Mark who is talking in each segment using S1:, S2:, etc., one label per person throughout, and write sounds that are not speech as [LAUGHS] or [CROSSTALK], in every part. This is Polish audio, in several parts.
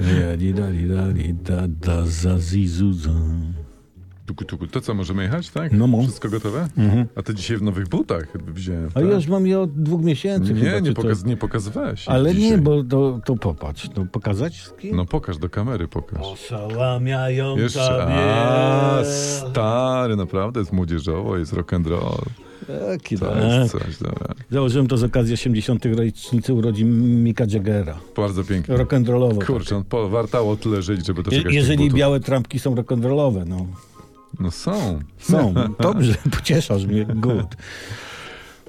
S1: Ja di da di da di da da za zi zu za.
S2: Tuku, tuku. To co, możemy jechać, tak?
S1: No, mo.
S2: Wszystko gotowe? A ty dzisiaj w nowych butach wziąłem.
S1: A
S2: tak?
S1: ja już mam je od dwóch miesięcy. chyba,
S2: Nie, nie,
S1: czy to-
S2: pokaz, nie pokazywałeś. ich
S1: Ale
S2: dzisiaj.
S1: nie, bo to, to popatrz. To pokazać z kim?
S2: No pokaż, do kamery pokaż.
S1: Oszałamiają
S2: Jeszcze, a, stary, naprawdę, jest młodzieżowo, jest rock and roll.
S1: Taki
S2: To
S1: da.
S2: jest coś, dobra.
S1: Założyłem to z okazji 80. rocznicy urodzin Mika Jaggera.
S2: Bardzo pięknie.
S1: Rock'n'rollowo.
S2: Kurczę, on po, wartało tyle żyć, żeby
S1: tak. Je,
S2: doczekać
S1: jeżeli
S2: tych butów.
S1: białe trampki są rock'n'rollowe, no.
S2: No są. [LAUGHS]
S1: Są.
S2: No.
S1: Dobrze, [LAUGHS] pocieszasz mnie. Good.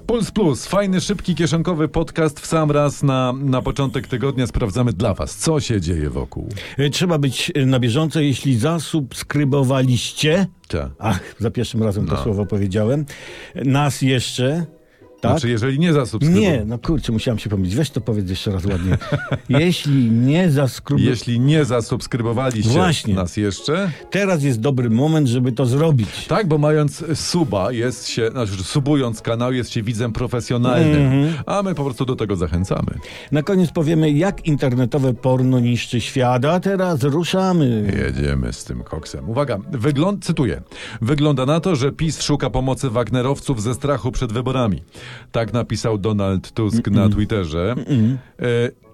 S2: Puls Plus, fajny, szybki, kieszonkowy podcast w sam raz na, na początek tygodnia. Sprawdzamy dla was, co się dzieje wokół.
S1: Y, Trzeba być y, na bieżąco, jeśli zasubskrybowaliście.
S2: Tak.
S1: Ach, za pierwszym razem
S2: No.
S1: to słowo powiedziałem. Nas jeszcze. Tak?
S2: Znaczy, jeżeli nie zasubskrybuj.
S1: nie, no kurczę, musiałem się pomylić. Weź to powiedz jeszcze raz ładnie.
S2: [LAUGHS]
S1: Jeśli nie zaskrubujesz,
S2: Jeśli nie zasubskrybowaliście
S1: Właśnie.
S2: nas jeszcze,
S1: teraz jest dobry moment, żeby to zrobić.
S2: tak, bo mając suba, jest się, znaczy subując kanał, jest się widzem profesjonalnym, a my po prostu do tego zachęcamy.
S1: Na koniec powiemy, jak internetowe porno niszczy świat, a teraz ruszamy.
S2: Jedziemy z tym koksem. Uwaga, wygląd, cytuję. Wygląda na to, że PiS szuka pomocy Wagnerowców ze strachu przed wyborami. Tak napisał Donald Tusk na Twitterze. E,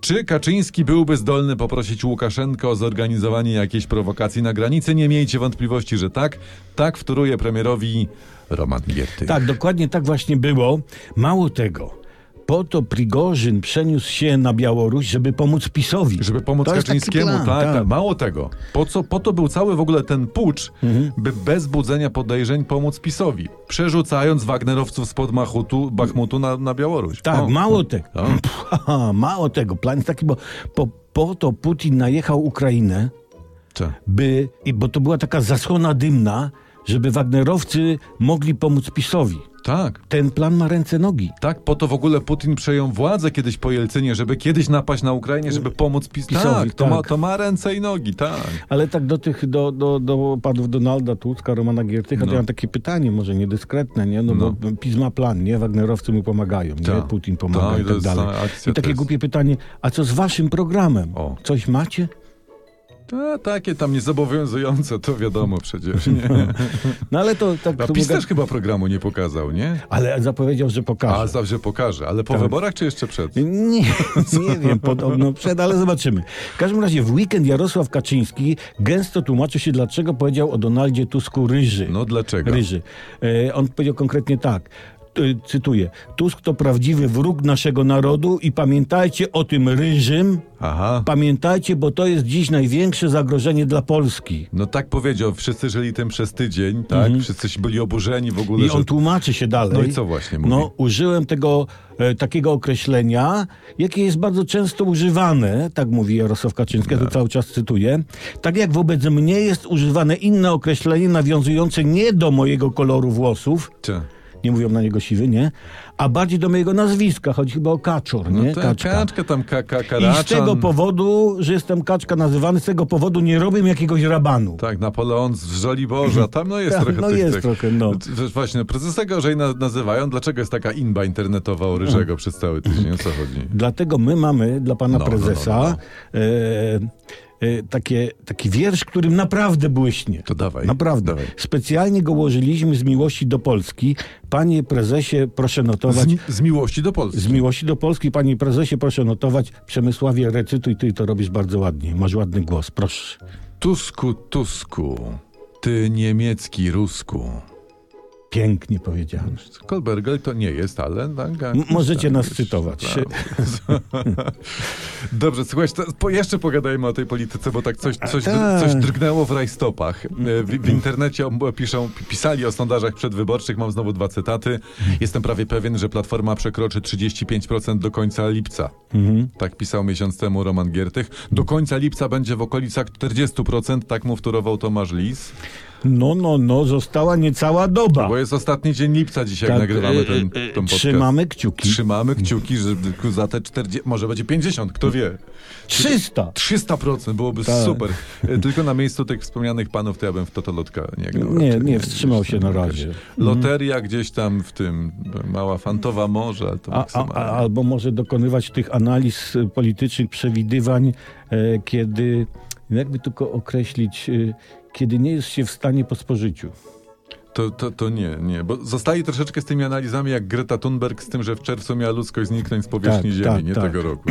S2: czy Kaczyński byłby zdolny poprosić Łukaszenkę o zorganizowanie jakiejś prowokacji na granicy? Nie miejcie wątpliwości, że tak. Tak wtóruje premierowi Roman Gierty.
S1: Tak, dokładnie tak właśnie było. Mało tego, po to Prigorzyn przeniósł się na Białoruś, żeby pomóc PiSowi.
S2: Żeby pomóc
S1: To jest taki
S2: Kaczyńskiemu,
S1: plan,
S2: tak,
S1: tak.
S2: tak. Mało tego. Po, co, po to był cały w ogóle ten pucz,
S1: Mhm.
S2: by bez budzenia podejrzeń pomóc PiSowi, przerzucając Wagnerowców spod Machutu, Bachmutu na, na Białoruś.
S1: Tak,
S2: O,
S1: mało tego. [LAUGHS]
S2: o.
S1: Pff, mało tego. Plan jest taki, bo po, po to Putin najechał Ukrainę,
S2: Cze.
S1: by, i- bo to była taka zasłona dymna, żeby Wagnerowcy mogli pomóc PiSowi.
S2: Tak.
S1: Ten plan ma ręce nogi.
S2: Tak, po to w ogóle Putin przejął władzę kiedyś po Jelcynie, żeby kiedyś napaść na Ukrainie, żeby pomóc PiS.
S1: PiSowi,
S2: Tak, to, Ma,
S1: tak.
S2: to ma ręce i nogi, tak.
S1: Ale tak do tych, do, do, do panów Donalda Tuska, Romana Giertycha,
S2: No.
S1: to ja mam takie pytanie, może niedyskretne, nie? No, bo PiS ma plan, nie? Wagnerowcy mu pomagają, nie?
S2: Tak.
S1: Putin pomaga
S2: Tak,
S1: i
S2: to
S1: tak
S2: jest
S1: dalej.
S2: cała akcja,
S1: I takie
S2: to jest-
S1: głupie pytanie, a co z waszym programem?
S2: O.
S1: Coś macie?
S2: A, takie tam niezobowiązujące, to wiadomo przecież. Nie?
S1: No ale [LAUGHS] to tak...
S2: A
S1: to
S2: PiS
S1: mogę-
S2: też chyba programu nie pokazał, nie?
S1: Ale zapowiedział, że pokaże.
S2: A zawsze pokaże, ale po
S1: Tak.
S2: wyborach czy jeszcze przed?
S1: Nie, [LAUGHS] nie wiem, podobno przed, ale zobaczymy. W każdym razie w weekend Jarosław Kaczyński gęsto tłumaczył się, dlaczego powiedział o Donaldzie Tusku ryży.
S2: No dlaczego?
S1: Ryży. E, on powiedział konkretnie tak. t- Cytuję. Tusk to prawdziwy wróg naszego narodu i pamiętajcie o tym ryżym.
S2: Aha.
S1: Pamiętajcie, bo to jest dziś największe zagrożenie dla Polski.
S2: No tak powiedział, wszyscy żyli tym przez tydzień, tak? Wszyscy się byli oburzeni w ogóle.
S1: Mhm. I
S2: że...
S1: on tłumaczy się dalej.
S2: No i co właśnie mówi?
S1: No, użyłem tego e, takiego określenia, jakie jest bardzo często używane, tak mówi Jarosław Kaczyński, ja to cały czas cytuję. Tak jak wobec mnie jest używane inne określenie nawiązujące nie do mojego koloru włosów,
S2: Czy...
S1: nie mówią na niego siwy, nie? A bardziej do mojego nazwiska, chodzi chyba o kaczor, nie?
S2: No tak,
S1: Kaczka.
S2: kaczkę tam ka ka
S1: I z tego
S2: karaczan.
S1: powodu, że jestem kaczka nazywany, z tego powodu nie robię jakiegoś rabanu.
S2: Tak, Napoleon z Żoliborza, tam no jest
S1: Tak,
S2: trochę
S1: no
S2: tych,
S1: jest
S2: tych.
S1: trochę, no.
S2: Wiesz, Właśnie, prezesa Gorzejna nazywają, dlaczego jest taka inba internetowa o Ryżego
S1: Mhm.
S2: przez cały tydzień, o co chodzi?
S1: Dlatego my mamy dla pana
S2: No, no, no,
S1: prezesa E, e, takie, taki wiersz, którym naprawdę błyśnie.
S2: To dawaj,
S1: Naprawdę.
S2: dawaj.
S1: Specjalnie go ułożyliśmy z miłości do Polski. Panie prezesie, proszę notować.
S2: Z, z miłości do Polski.
S1: Z miłości do Polski, panie prezesie, proszę notować. Przemysławie, recytuj, ty to robisz bardzo ładnie. Masz ładny głos, proszę.
S2: Tusku, Tusku, ty niemiecki Rusku.
S1: Pięknie powiedziałem.
S2: Kolbergel to nie jest, ale... Tak, tak,
S1: M- możecie
S2: tak,
S1: nas
S2: już,
S1: cytować.
S2: [LAUGHS] Dobrze, słuchaj, to po, jeszcze pogadajmy o tej polityce, bo tak coś, coś,
S1: tak.
S2: coś drgnęło w rajstopach. E, W, w internecie o- piszą, pisali o sondażach przedwyborczych, mam znowu dwa cytaty. Jestem prawie pewien, że Platforma przekroczy 35% do końca lipca.
S1: Mhm.
S2: Tak pisał miesiąc temu Roman Giertych. Do końca lipca będzie w okolicach 40%, tak mu wtórował Tomasz Lis.
S1: No, no, no, została niecała doba.
S2: Bo jest ostatni dzień lipca dzisiaj, jak
S1: Tak,
S2: nagrywamy
S1: e,
S2: ten,
S1: e, e,
S2: ten podcast.
S1: Trzymamy kciuki.
S2: Trzymamy kciuki, że za te 40, może będzie 50, kto wie.
S1: 300!
S2: 300% byłoby
S1: Tak.
S2: super. E, Tylko na miejscu tych wspomnianych panów to ja bym w Totolotka nie grał.
S1: Nie,
S2: raczej,
S1: nie, wstrzymał
S2: gdzieś
S1: się
S2: tam
S1: na
S2: jakaś
S1: razie. Mhm.
S2: Loteria gdzieś tam w tym, mała fantowa morza, to
S1: A, a,
S2: maksymalnie.
S1: a, albo może dokonywać tych analiz y, politycznych przewidywań, e, kiedy, no jakby tylko określić, y, kiedy nie jest się w stanie po spożyciu.
S2: To, to, to nie, nie, bo zostaje troszeczkę z tymi analizami jak Greta Thunberg z tym, że w czerwcu miała ludzkość zniknąć z powierzchni
S1: Tak,
S2: Ziemi,
S1: tak,
S2: nie
S1: tak.
S2: tego roku.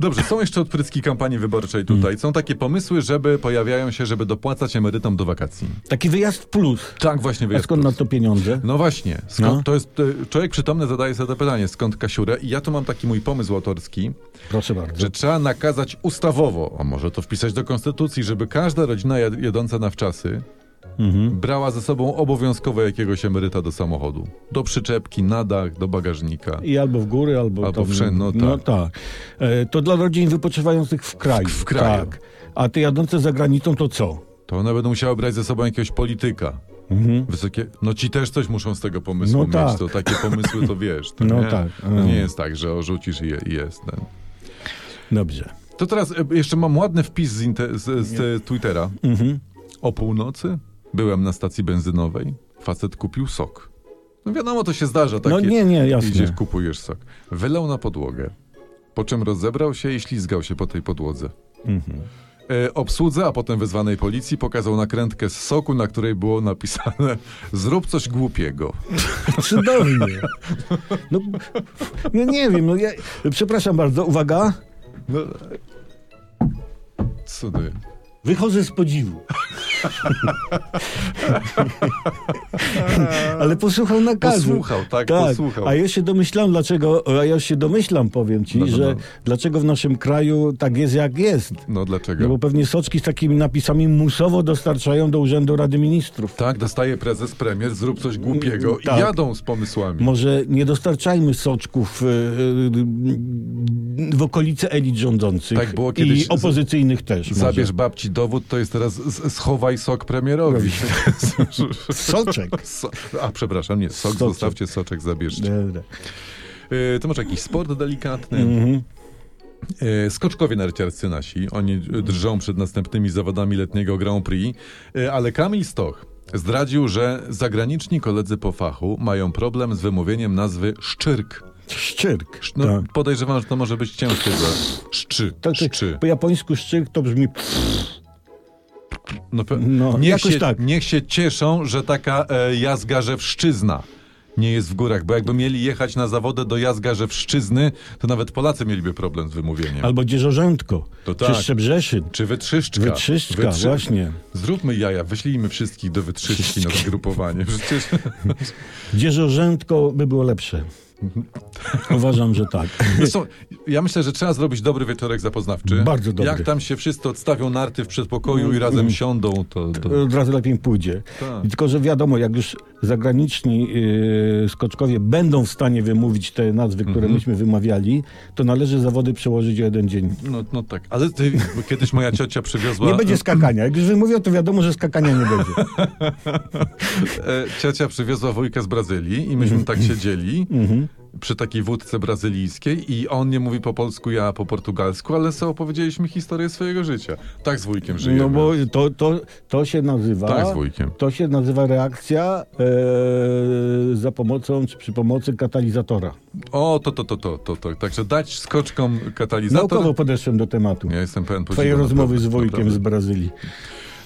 S2: Dobrze, są jeszcze odpryski kampanii wyborczej
S1: Mm.
S2: tutaj. Są takie pomysły, żeby, pojawiają się, żeby dopłacać emerytom do wakacji.
S1: Taki wyjazd plus.
S2: Tak właśnie
S1: A
S2: wyjazd.
S1: skąd na to pieniądze?
S2: No właśnie, skąd,
S1: No.
S2: to jest, e, człowiek przytomny zadaje sobie to pytanie, skąd kasiurę? I ja tu mam taki mój pomysł autorski,
S1: Proszę bardzo.
S2: że trzeba nakazać ustawowo, a może to wpisać do konstytucji, żeby każda rodzina jad- jadąca na wczasy
S1: Mhm.
S2: brała ze sobą obowiązkowo jakiegoś emeryta do samochodu. Do przyczepki, na dach, do bagażnika.
S1: I albo w góry, albo,
S2: Albo
S1: tam-
S2: wszędzie, no
S1: no
S2: tak.
S1: tak. E, to dla rodzin wypoczywających w kraju.
S2: w kraju.
S1: Tak. A te jadące za granicą to co?
S2: To one będą musiały brać ze sobą jakiegoś polityka.
S1: Mhm.
S2: Wysokie... No ci też coś muszą z tego pomysłu
S1: No
S2: mieć.
S1: tak.
S2: To takie pomysły to wiesz. To
S1: No
S2: nie,
S1: tak.
S2: To nie jest tak, że orzucisz i, je- i jest. no. Ten.
S1: Dobrze.
S2: To teraz e, jeszcze mam ładny wpis z, inte- z, z e, Twittera.
S1: Mhm.
S2: O północy byłem na stacji benzynowej. Facet kupił sok. No wiadomo, to się zdarza. Takie,
S1: No nie, nie, jasne. [LAUGHS]
S2: Idziesz, kupujesz sok. Wylał na podłogę. Po czym rozebrał się i ślizgał się po tej podłodze.
S1: Mhm.
S2: E, obsłudze, a potem wezwanej policji pokazał nakrętkę z soku, na której było napisane [LAUGHS] zrób coś głupiego.
S1: Cudownie. No, no nie wiem, no ja, przepraszam bardzo, uwaga,
S2: No, cudy.
S1: wychodzę z podziwu. Ale posłuchał nakazu.
S2: Posłuchał, tak, posłuchał.
S1: A ja się domyślam, dlaczego, a ja się domyślam, powiem ci,
S2: No, no,
S1: że
S2: no.
S1: dlaczego w naszym kraju tak jest, jak jest.
S2: No
S1: No
S2: dlaczego?
S1: bo pewnie soczki z takimi napisami musowo dostarczają do Urzędu Rady Ministrów.
S2: Tak, dostaje prezes premier, zrób coś głupiego
S1: Tak.
S2: i jadą z pomysłami.
S1: Może nie dostarczajmy soczków y, y, y, w okolice elit rządzących
S2: Tak było kiedyś.
S1: i opozycyjnych też. może.
S2: Zabierz babci dowód, to jest teraz z- schowaj sok premierowi.
S1: No Soczek.
S2: [LAUGHS] So, a przepraszam, nie, sok
S1: Soczek.
S2: zostawcie, soczek zabierzcie.
S1: Dobra.
S2: Yy, to może jakiś sport delikatny.
S1: Mhm.
S2: Yy, skoczkowie narciarscy nasi, oni drżą przed następnymi zawodami letniego Grand Prix, yy, ale Kamil Stoch zdradził, że zagraniczni koledzy po fachu mają problem z wymówieniem nazwy Szczyrk.
S1: Szczyrk.
S2: No,
S1: tak.
S2: Podejrzewam, że to może być ciężkie dla Szczy.
S1: Tak, tak,
S2: Szczy.
S1: Po japońsku szczyrk to brzmi...
S2: No, pe-
S1: No,
S2: niech,
S1: jakoś
S2: się,
S1: tak.
S2: niech się cieszą, że taka e, jazgarzewszczyzna nie jest w górach, bo jakby mieli jechać na zawodę do jazgarzewszczyzny, to nawet Polacy mieliby problem z wymówieniem.
S1: Albo dzierżorzętko.
S2: To tak.
S1: Czy Szczebrzeszyn.
S2: Czy wytrzyszczka?
S1: Wytrzyszczka,
S2: Wytrzy-
S1: właśnie.
S2: Zróbmy jaja, wyślijmy wszystkich do wytrzyszki na zgrupowanie. Przecież...
S1: [LAUGHS] Dzierżorzętko by było
S2: [LAUGHS]
S1: lepsze. Uważam, że tak.
S2: Zresztą, No ja myślę, że trzeba zrobić dobry wieczorek zapoznawczy.
S1: Bardzo dobry. Mm,
S2: Jak tam się wszyscy odstawią narty w przedpokoju i razem siądą, to... to...
S1: Od razu lepiej pójdzie.
S2: Tak.
S1: Tylko, że wiadomo, jak już zagraniczni yy, skoczkowie będą w stanie wymówić te nazwy, które
S2: Mhm.
S1: myśmy wymawiali, to należy zawody przełożyć o jeden dzień.
S2: No, no tak, ale ty, bo kiedyś moja ciocia przywiozła...
S1: Nie będzie skakania. Jak już wymówią, to wiadomo, że skakania nie
S2: [LAUGHS]
S1: będzie.
S2: E, Ciocia przywiozła wujka z Brazylii i myśmy tak
S1: [LAUGHS]
S2: siedzieli
S1: Mhm.
S2: przy takiej wódce brazylijskiej i on nie mówi po polsku, ja po portugalsku, ale sobie opowiedzieliśmy historię swojego życia. Tak z wujkiem żyjemy.
S1: No bo to, to, to się nazywa.
S2: Tak, z wujkiem.
S1: To się nazywa reakcja e, za pomocą czy przy pomocy katalizatora.
S2: O, to, to, to, to, to, to. Także dać skoczkom katalizator.
S1: Naukowo podeszłem do tematu.
S2: Ja jestem pełen podziwu.
S1: Twojej
S2: naprawdę,
S1: rozmowy z Wojkiem
S2: naprawdę.
S1: z Brazylii.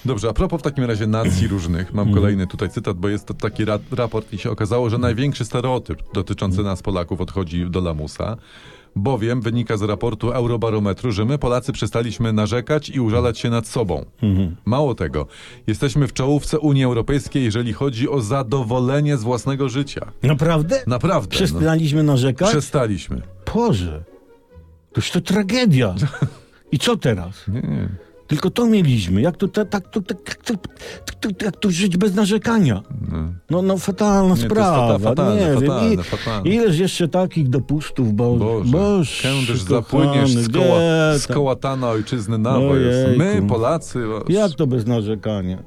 S2: Dobrze, a propos w takim razie nacji różnych, mam
S1: Mhm.
S2: kolejny tutaj cytat, bo jest to taki ra raport i się okazało, że największy stereotyp dotyczący nas Polaków odchodzi do lamusa, bowiem wynika z raportu Eurobarometru, że my Polacy przestaliśmy narzekać i użalać się nad sobą.
S1: Mhm.
S2: Mało tego, jesteśmy w czołówce Unii Europejskiej, jeżeli chodzi o zadowolenie z własnego życia.
S1: Naprawdę?
S2: Naprawdę. No.
S1: Przestaliśmy narzekać?
S2: Przestaliśmy.
S1: Boże, toż to tragedia. I co teraz?
S2: Nie, nie.
S1: Tylko to mieliśmy. Jak to, ta- tak, to, tak, tak, to, tak, to, jak to żyć bez narzekania? No, no fatalna
S2: to jest
S1: sprawa.
S2: fata- fatalne,
S1: nie wiem.
S2: fatalne,
S1: I-
S2: fatalne.
S1: Ileż jeszcze takich dopustów, bo...
S2: Boże,
S1: Boże
S2: kędyż
S1: kochany,
S2: zapłyniesz z koła,
S1: gdzie
S2: z
S1: tam? No
S2: koła tana ojczyzny na woje.
S1: Ojejku.
S2: My, Polacy... was-
S1: Jak to bez narzekania?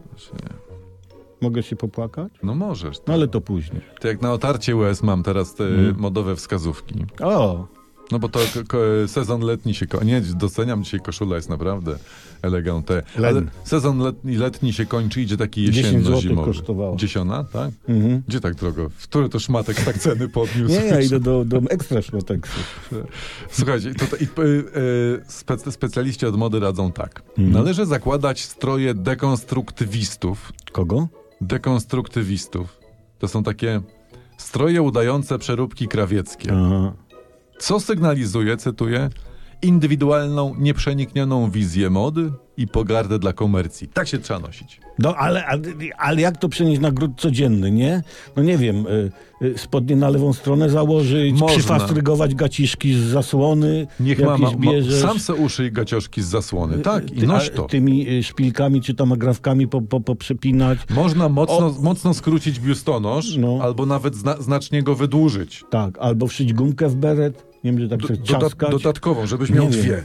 S1: Mogę się popłakać?
S2: No możesz.
S1: No ale to później.
S2: To jak na otarcie US mam teraz te
S1: Mm.
S2: modowe wskazówki.
S1: O,
S2: No bo to ko- ko- sezon letni się kończy. Nie, doceniam dzisiaj koszula jest naprawdę elegante. Ale
S1: Len.
S2: sezon letni, letni się kończy, idzie taki
S1: 10
S2: jesienno-zimowy.
S1: złotych kosztowało.
S2: Dziesiona, tak?
S1: Mhm.
S2: Gdzie tak drogo? W który to szmatek tak ceny podniósł?
S1: nie,
S2: [LAUGHS]
S1: ja idę do, do ekstra szmateksu.
S2: Słuchajcie, to, to, i, y, y, spe, specjaliści od mody radzą tak.
S1: Mhm.
S2: Należy zakładać stroje dekonstruktywistów.
S1: Kogo?
S2: Dekonstruktywistów. To są takie stroje udające przeróbki krawieckie.
S1: Aha.
S2: co sygnalizuje, cytuję, indywidualną, nieprzeniknioną wizję mody i pogardę dla komercji. Tak się trzeba nosić.
S1: No ale, ale- ale jak to przenieść na gród codzienny, nie? No nie wiem, y, y, spodnie na lewą stronę założyć,
S2: Można.
S1: przyfastrygować gaciszki z zasłony,
S2: Niech
S1: jakieś
S2: mama ma,
S1: bierzesz.
S2: sam se uszy i gacioszki z zasłony, tak? I
S1: Ty-
S2: noś
S1: a-
S2: to.
S1: Tymi y, szpilkami czy tam agrafkami po, po, poprzepinać.
S2: Można mocno, mocno skrócić biustonosz,
S1: No.
S2: albo nawet zna, znacznie go wydłużyć.
S1: Tak, albo wszyć gumkę w beret. Nie wiem, że tak
S2: Do,
S1: chcesz
S2: doda,
S1: ciaskać.
S2: dodatkową, żebyś miał
S1: Nie wiem.
S2: dwie.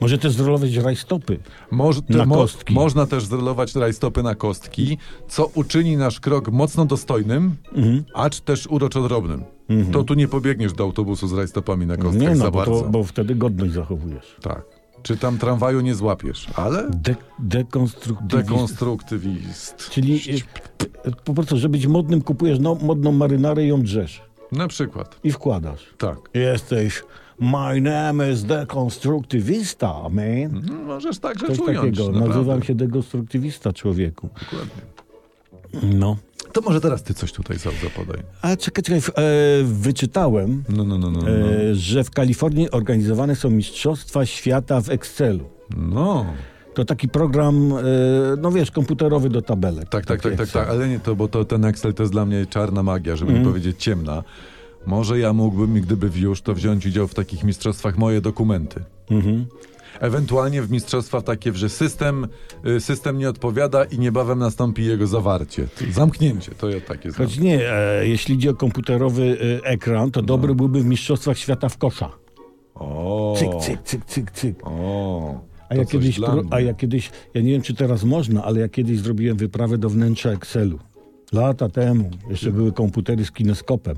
S1: Może też zrolować rajstopy.
S2: Moż,
S1: Na
S2: mo,
S1: kostki.
S2: Można też zrelować rajstopy na kostki, co uczyni nasz krok mocno dostojnym,
S1: Mhm.
S2: acz też uroczodrobnym. To tu nie pobiegniesz do autobusu z rajstopami na kostkach
S1: Nie
S2: za
S1: no, bo,
S2: bardzo.
S1: to, bo wtedy godność zachowujesz.
S2: Tak. Czy tam tramwaju nie złapiesz, ale
S1: De, dekonstruktywizm.
S2: dekonstruktywist.
S1: Czyli y, y, po prostu, żeby być modnym, kupujesz no, modną marynarę i ją drzesz.
S2: Na przykład.
S1: I wkładasz.
S2: Tak.
S1: Jesteś. My name is dekonstruktywista, man.
S2: No, Możesz tak
S1: Coś
S2: rzecz ująć.
S1: takiego.
S2: naprawdę.
S1: Nazywam się dekonstruktywista, człowieku.
S2: Dokładnie.
S1: No.
S2: To może teraz ty coś tutaj za- zapodaj.
S1: A czekaj, czekaj. w- E, wyczytałem,
S2: No, no, no, no. No.
S1: e, że w Kalifornii organizowane są Mistrzostwa Świata w Excelu.
S2: no.
S1: To taki program, e, no wiesz, komputerowy do tabelek.
S2: Tak, tak,
S1: Taki
S2: tak, tak,
S1: Excel.
S2: tak. Ale nie to, bo to, ten Excel to jest dla mnie czarna magia, żeby
S1: Mhm.
S2: nie powiedzieć ciemna. Może ja mógłbym, gdyby już, to wziąć udział w takich mistrzostwach moje dokumenty.
S1: Mhm.
S2: Ewentualnie w mistrzostwach takie, że system, y, system nie odpowiada i niebawem nastąpi jego zawarcie. Zamknięcie, to ja takie znam.
S1: Choć nie, e, jeśli idzie o komputerowy e, ekran,
S2: No.
S1: to dobry byłby w Mistrzostwach Świata w kosza.
S2: O,
S1: Cyk, cyk, cyk, cyk, cyk.
S2: O,
S1: A ja,
S2: to coś
S1: kiedyś,
S2: dla
S1: pro-
S2: mnie.
S1: a ja kiedyś, ja nie wiem czy teraz można, ale ja kiedyś zrobiłem wyprawę do wnętrza Excelu. Lata temu. Jeszcze
S2: Hmm.
S1: były komputery z kineskopem.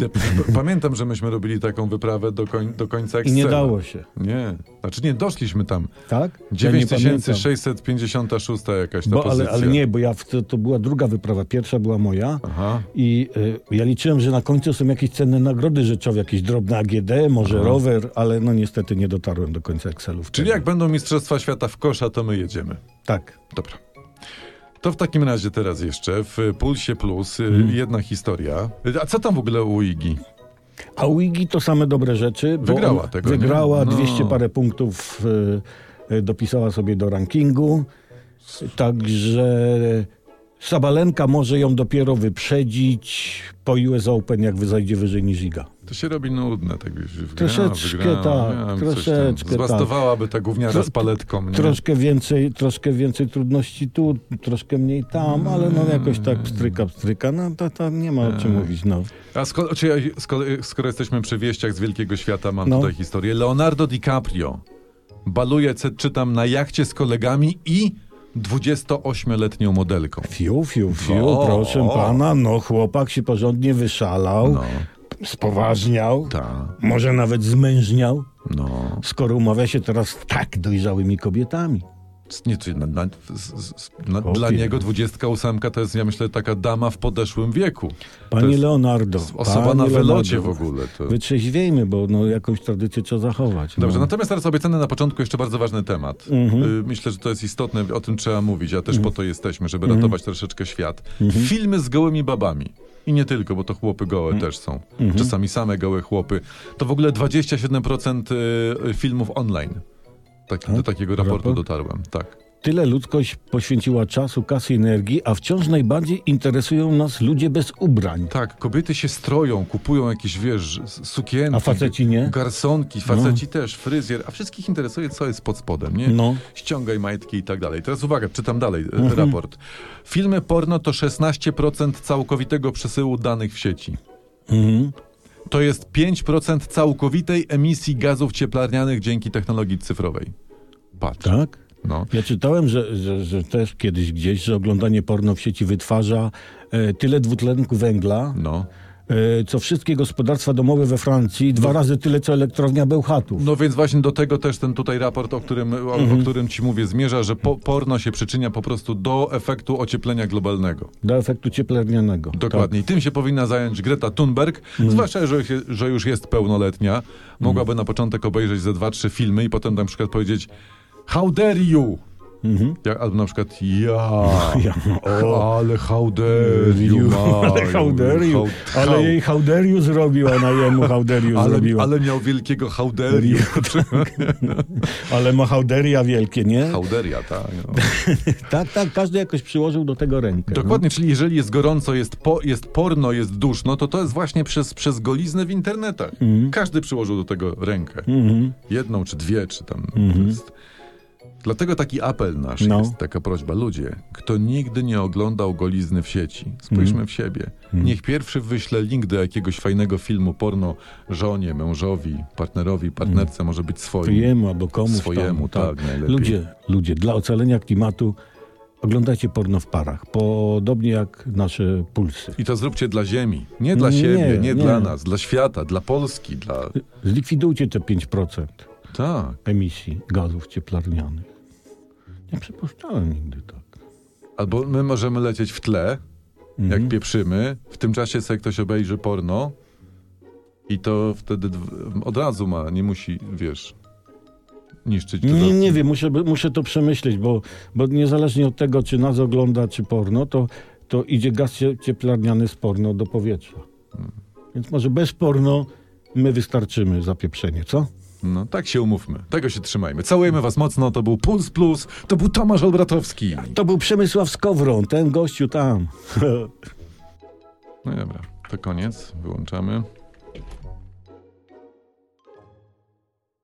S2: Ja p- p- Pamiętam, że myśmy robili taką wyprawę do, koń, do końca
S1: I
S2: Excela.
S1: nie dało się.
S2: Nie, znaczy nie, doszliśmy tam.
S1: Tak? Ja nie pamiętam.
S2: 9656 jakaś ta
S1: Bo,
S2: pozycja.
S1: ale, ale nie, bo ja w, to, to była druga wyprawa. Pierwsza była moja.
S2: Aha.
S1: I y, ja liczyłem, że na końcu są jakieś cenne nagrody rzeczowe, jakieś drobne AGD, może rower, ale no niestety nie dotarłem do końca Excelów.
S2: Czyli jak będą Mistrzostwa Świata w kosza, to my jedziemy.
S1: Tak.
S2: Dobra. To w takim razie teraz jeszcze w Pulsie Plus y,
S1: Mhm.
S2: jedna historia. Y, A co tam w ogóle u Igi?
S1: A Wigi to same dobre rzeczy. bo
S2: Wygrała
S1: on-
S2: tego, nie?
S1: Wygrała,
S2: No.
S1: 200 parę punktów y, y, dopisała sobie do rankingu. Także Sabalenka może ją dopiero wyprzedzić po US Open, jak zajdzie wyżej niż Iga.
S2: To się robi nudne, tak wiesz, wygrała,
S1: Troszeczkę
S2: wygrała,
S1: tak,
S2: miałem
S1: troszeczkę
S2: coś
S1: tak.
S2: tam. Zbastowałaby ta gówniara
S1: Tro-
S2: z paletką, nie?
S1: Troszkę więcej, troszkę więcej trudności tu, troszkę mniej tam, ale no
S2: Mm.
S1: jakoś tak pstryka, pstryka, no to, to nie ma o czym
S2: E.
S1: mówić, no.
S2: A skoro, czy, ja- skoro, skoro jesteśmy przy wieściach z wielkiego świata, mam
S1: No.
S2: tutaj historię. Leonardo DiCaprio baluje, c- czytam, na jachcie z kolegami i 28-letnią modelką.
S1: Fiu, fiu, fiu,
S2: O.
S1: proszę pana, no chłopak się porządnie wyszalał,
S2: No,
S1: spoważniał,
S2: ta,
S1: może nawet zmężniał,
S2: no.
S1: skoro umawia się teraz z tak dojrzałymi kobietami.
S2: S- Nie, czy na, na, s- s- na,
S1: Chłopie.
S2: dla niego 28 to jest, ja myślę, taka dama w podeszłym wieku. To
S1: Panie
S2: jest
S1: Leonardo.
S2: Osoba
S1: panie
S2: na wylocie
S1: Leonardo,
S2: w ogóle. To...
S1: Wytrzeźwiejmy, bo no, jakąś tradycję trzeba zachować.
S2: Dobrze,
S1: no.
S2: natomiast teraz obiecany na początku jeszcze bardzo ważny temat. Y, Myślę, że to jest istotne, o tym trzeba mówić, a też po to jesteśmy, żeby ratować troszeczkę świat. Filmy z gołymi babami. I nie tylko, bo to chłopy gołe też są. Czasami same gołe chłopy. To w ogóle 27% y, y, filmów online. Tak, do takiego raportu
S1: Raport?
S2: dotarłem, tak.
S1: Tyle ludzkość poświęciła czasu, kasy i energii, a wciąż najbardziej interesują nas ludzie bez ubrań.
S2: Tak, kobiety się stroją, kupują jakieś, wiesz, s- sukienki.
S1: A faceci nie?
S2: Garsonki, faceci też, fryzjer, a wszystkich interesuje, co jest pod spodem, nie?
S1: No. Mhm.
S2: Ściągaj majtki i tak dalej. Teraz uwaga, czytam dalej e, raport. Filmy porno to 16% całkowitego przesyłu danych w sieci.
S1: Mhm.
S2: To jest 5% całkowitej emisji gazów cieplarnianych dzięki technologii cyfrowej. Patrz.
S1: Tak?
S2: No.
S1: Ja czytałem, że, że, że też kiedyś gdzieś, że oglądanie porno w sieci wytwarza e, tyle dwutlenku węgla,
S2: No.
S1: e, co wszystkie gospodarstwa domowe we Francji, dwa razy tyle, co elektrownia Bełchatów.
S2: No więc właśnie do tego też ten tutaj raport, o którym, o,
S1: Mhm.
S2: o którym ci mówię, zmierza, że po, porno się przyczynia po prostu do efektu ocieplenia globalnego.
S1: Do efektu cieplarnianego.
S2: Dokładnie.
S1: Tak.
S2: I tym się powinna zająć Greta Thunberg,
S1: Mhm.
S2: zwłaszcza, że, że już jest pełnoletnia. Mogłaby na początek obejrzeć ze dwa, trzy filmy i potem na przykład powiedzieć How dare you? Ja, albo na przykład ja,
S1: Mhm. [LAUGHS] Ja, [LAUGHS]
S2: ale how dare you,
S1: Tak. Ale
S2: Maju,
S1: hauderiu.
S2: how- how-
S1: Ale jej hauderiu zrobił, a na jemu hauderiu
S2: ale,
S1: zrobiła. Ale,
S2: ale miał wielkiego hauderiu. [LAUGHS]
S1: ma hauderia wielkie, nie?
S2: Hauderia, tak.
S1: [LAUGHS]
S2: No.
S1: Tak, tak, każdy jakoś przyłożył do tego rękę. no.
S2: Dokładnie, czyli jeżeli jest gorąco, jest, po, jest porno, jest duszno, to to jest właśnie przez, przez golizny w internetach.
S1: Mhm.
S2: Każdy przyłożył do tego rękę. Jedną czy dwie, czy tam. To jest. Dlatego taki apel nasz
S1: Mhm. No.
S2: jest, taka prośba. Ludzie, kto nigdy nie oglądał golizny w sieci, spójrzmy
S1: Mhm.
S2: w siebie. Niech pierwszy wyśle link do jakiegoś fajnego filmu porno żonie, mężowi, partnerowi, partnerce, może być swoim.
S1: Mhm. Jemu albo komuś
S2: Swojemu,
S1: tam,
S2: tak, najlepiej.
S1: ludzie, ludzie, dla ocalenia klimatu oglądajcie porno w parach, podobnie jak nasze pulsy.
S2: I to zróbcie dla ziemi. Nie dla
S1: Nie,
S2: siebie, nie,
S1: nie.
S2: dla nas, dla świata, dla Polski, dla...
S1: Zlikwidujcie te 5%
S2: Tak.
S1: emisji gazów cieplarnianych. Nie przypuszczałem nigdy tak.
S2: Albo my możemy lecieć w tle,
S1: Mhm.
S2: jak pieprzymy, w tym czasie sobie ktoś obejrzy porno i to wtedy dw- od razu ma, nie musi, wiesz, niszczyć.
S1: Nie,
S2: dodatku.
S1: nie wiem, muszę, muszę to przemyśleć, bo, bo niezależnie od tego, czy nas ogląda, czy porno, to, to idzie gaz cie- cieplarniany z porno do powietrza.
S2: Hmm.
S1: Więc może bez porno my wystarczymy za pieprzenie, co?
S2: No, tak się umówmy. Tego się trzymajmy. Całujemy was mocno, to był Puls Plus, to był Tomasz Olbratowski.
S1: To był Przemysław Skowron, ten gościu tam. [LAUGHS]
S2: No i dobra, to koniec, wyłączamy.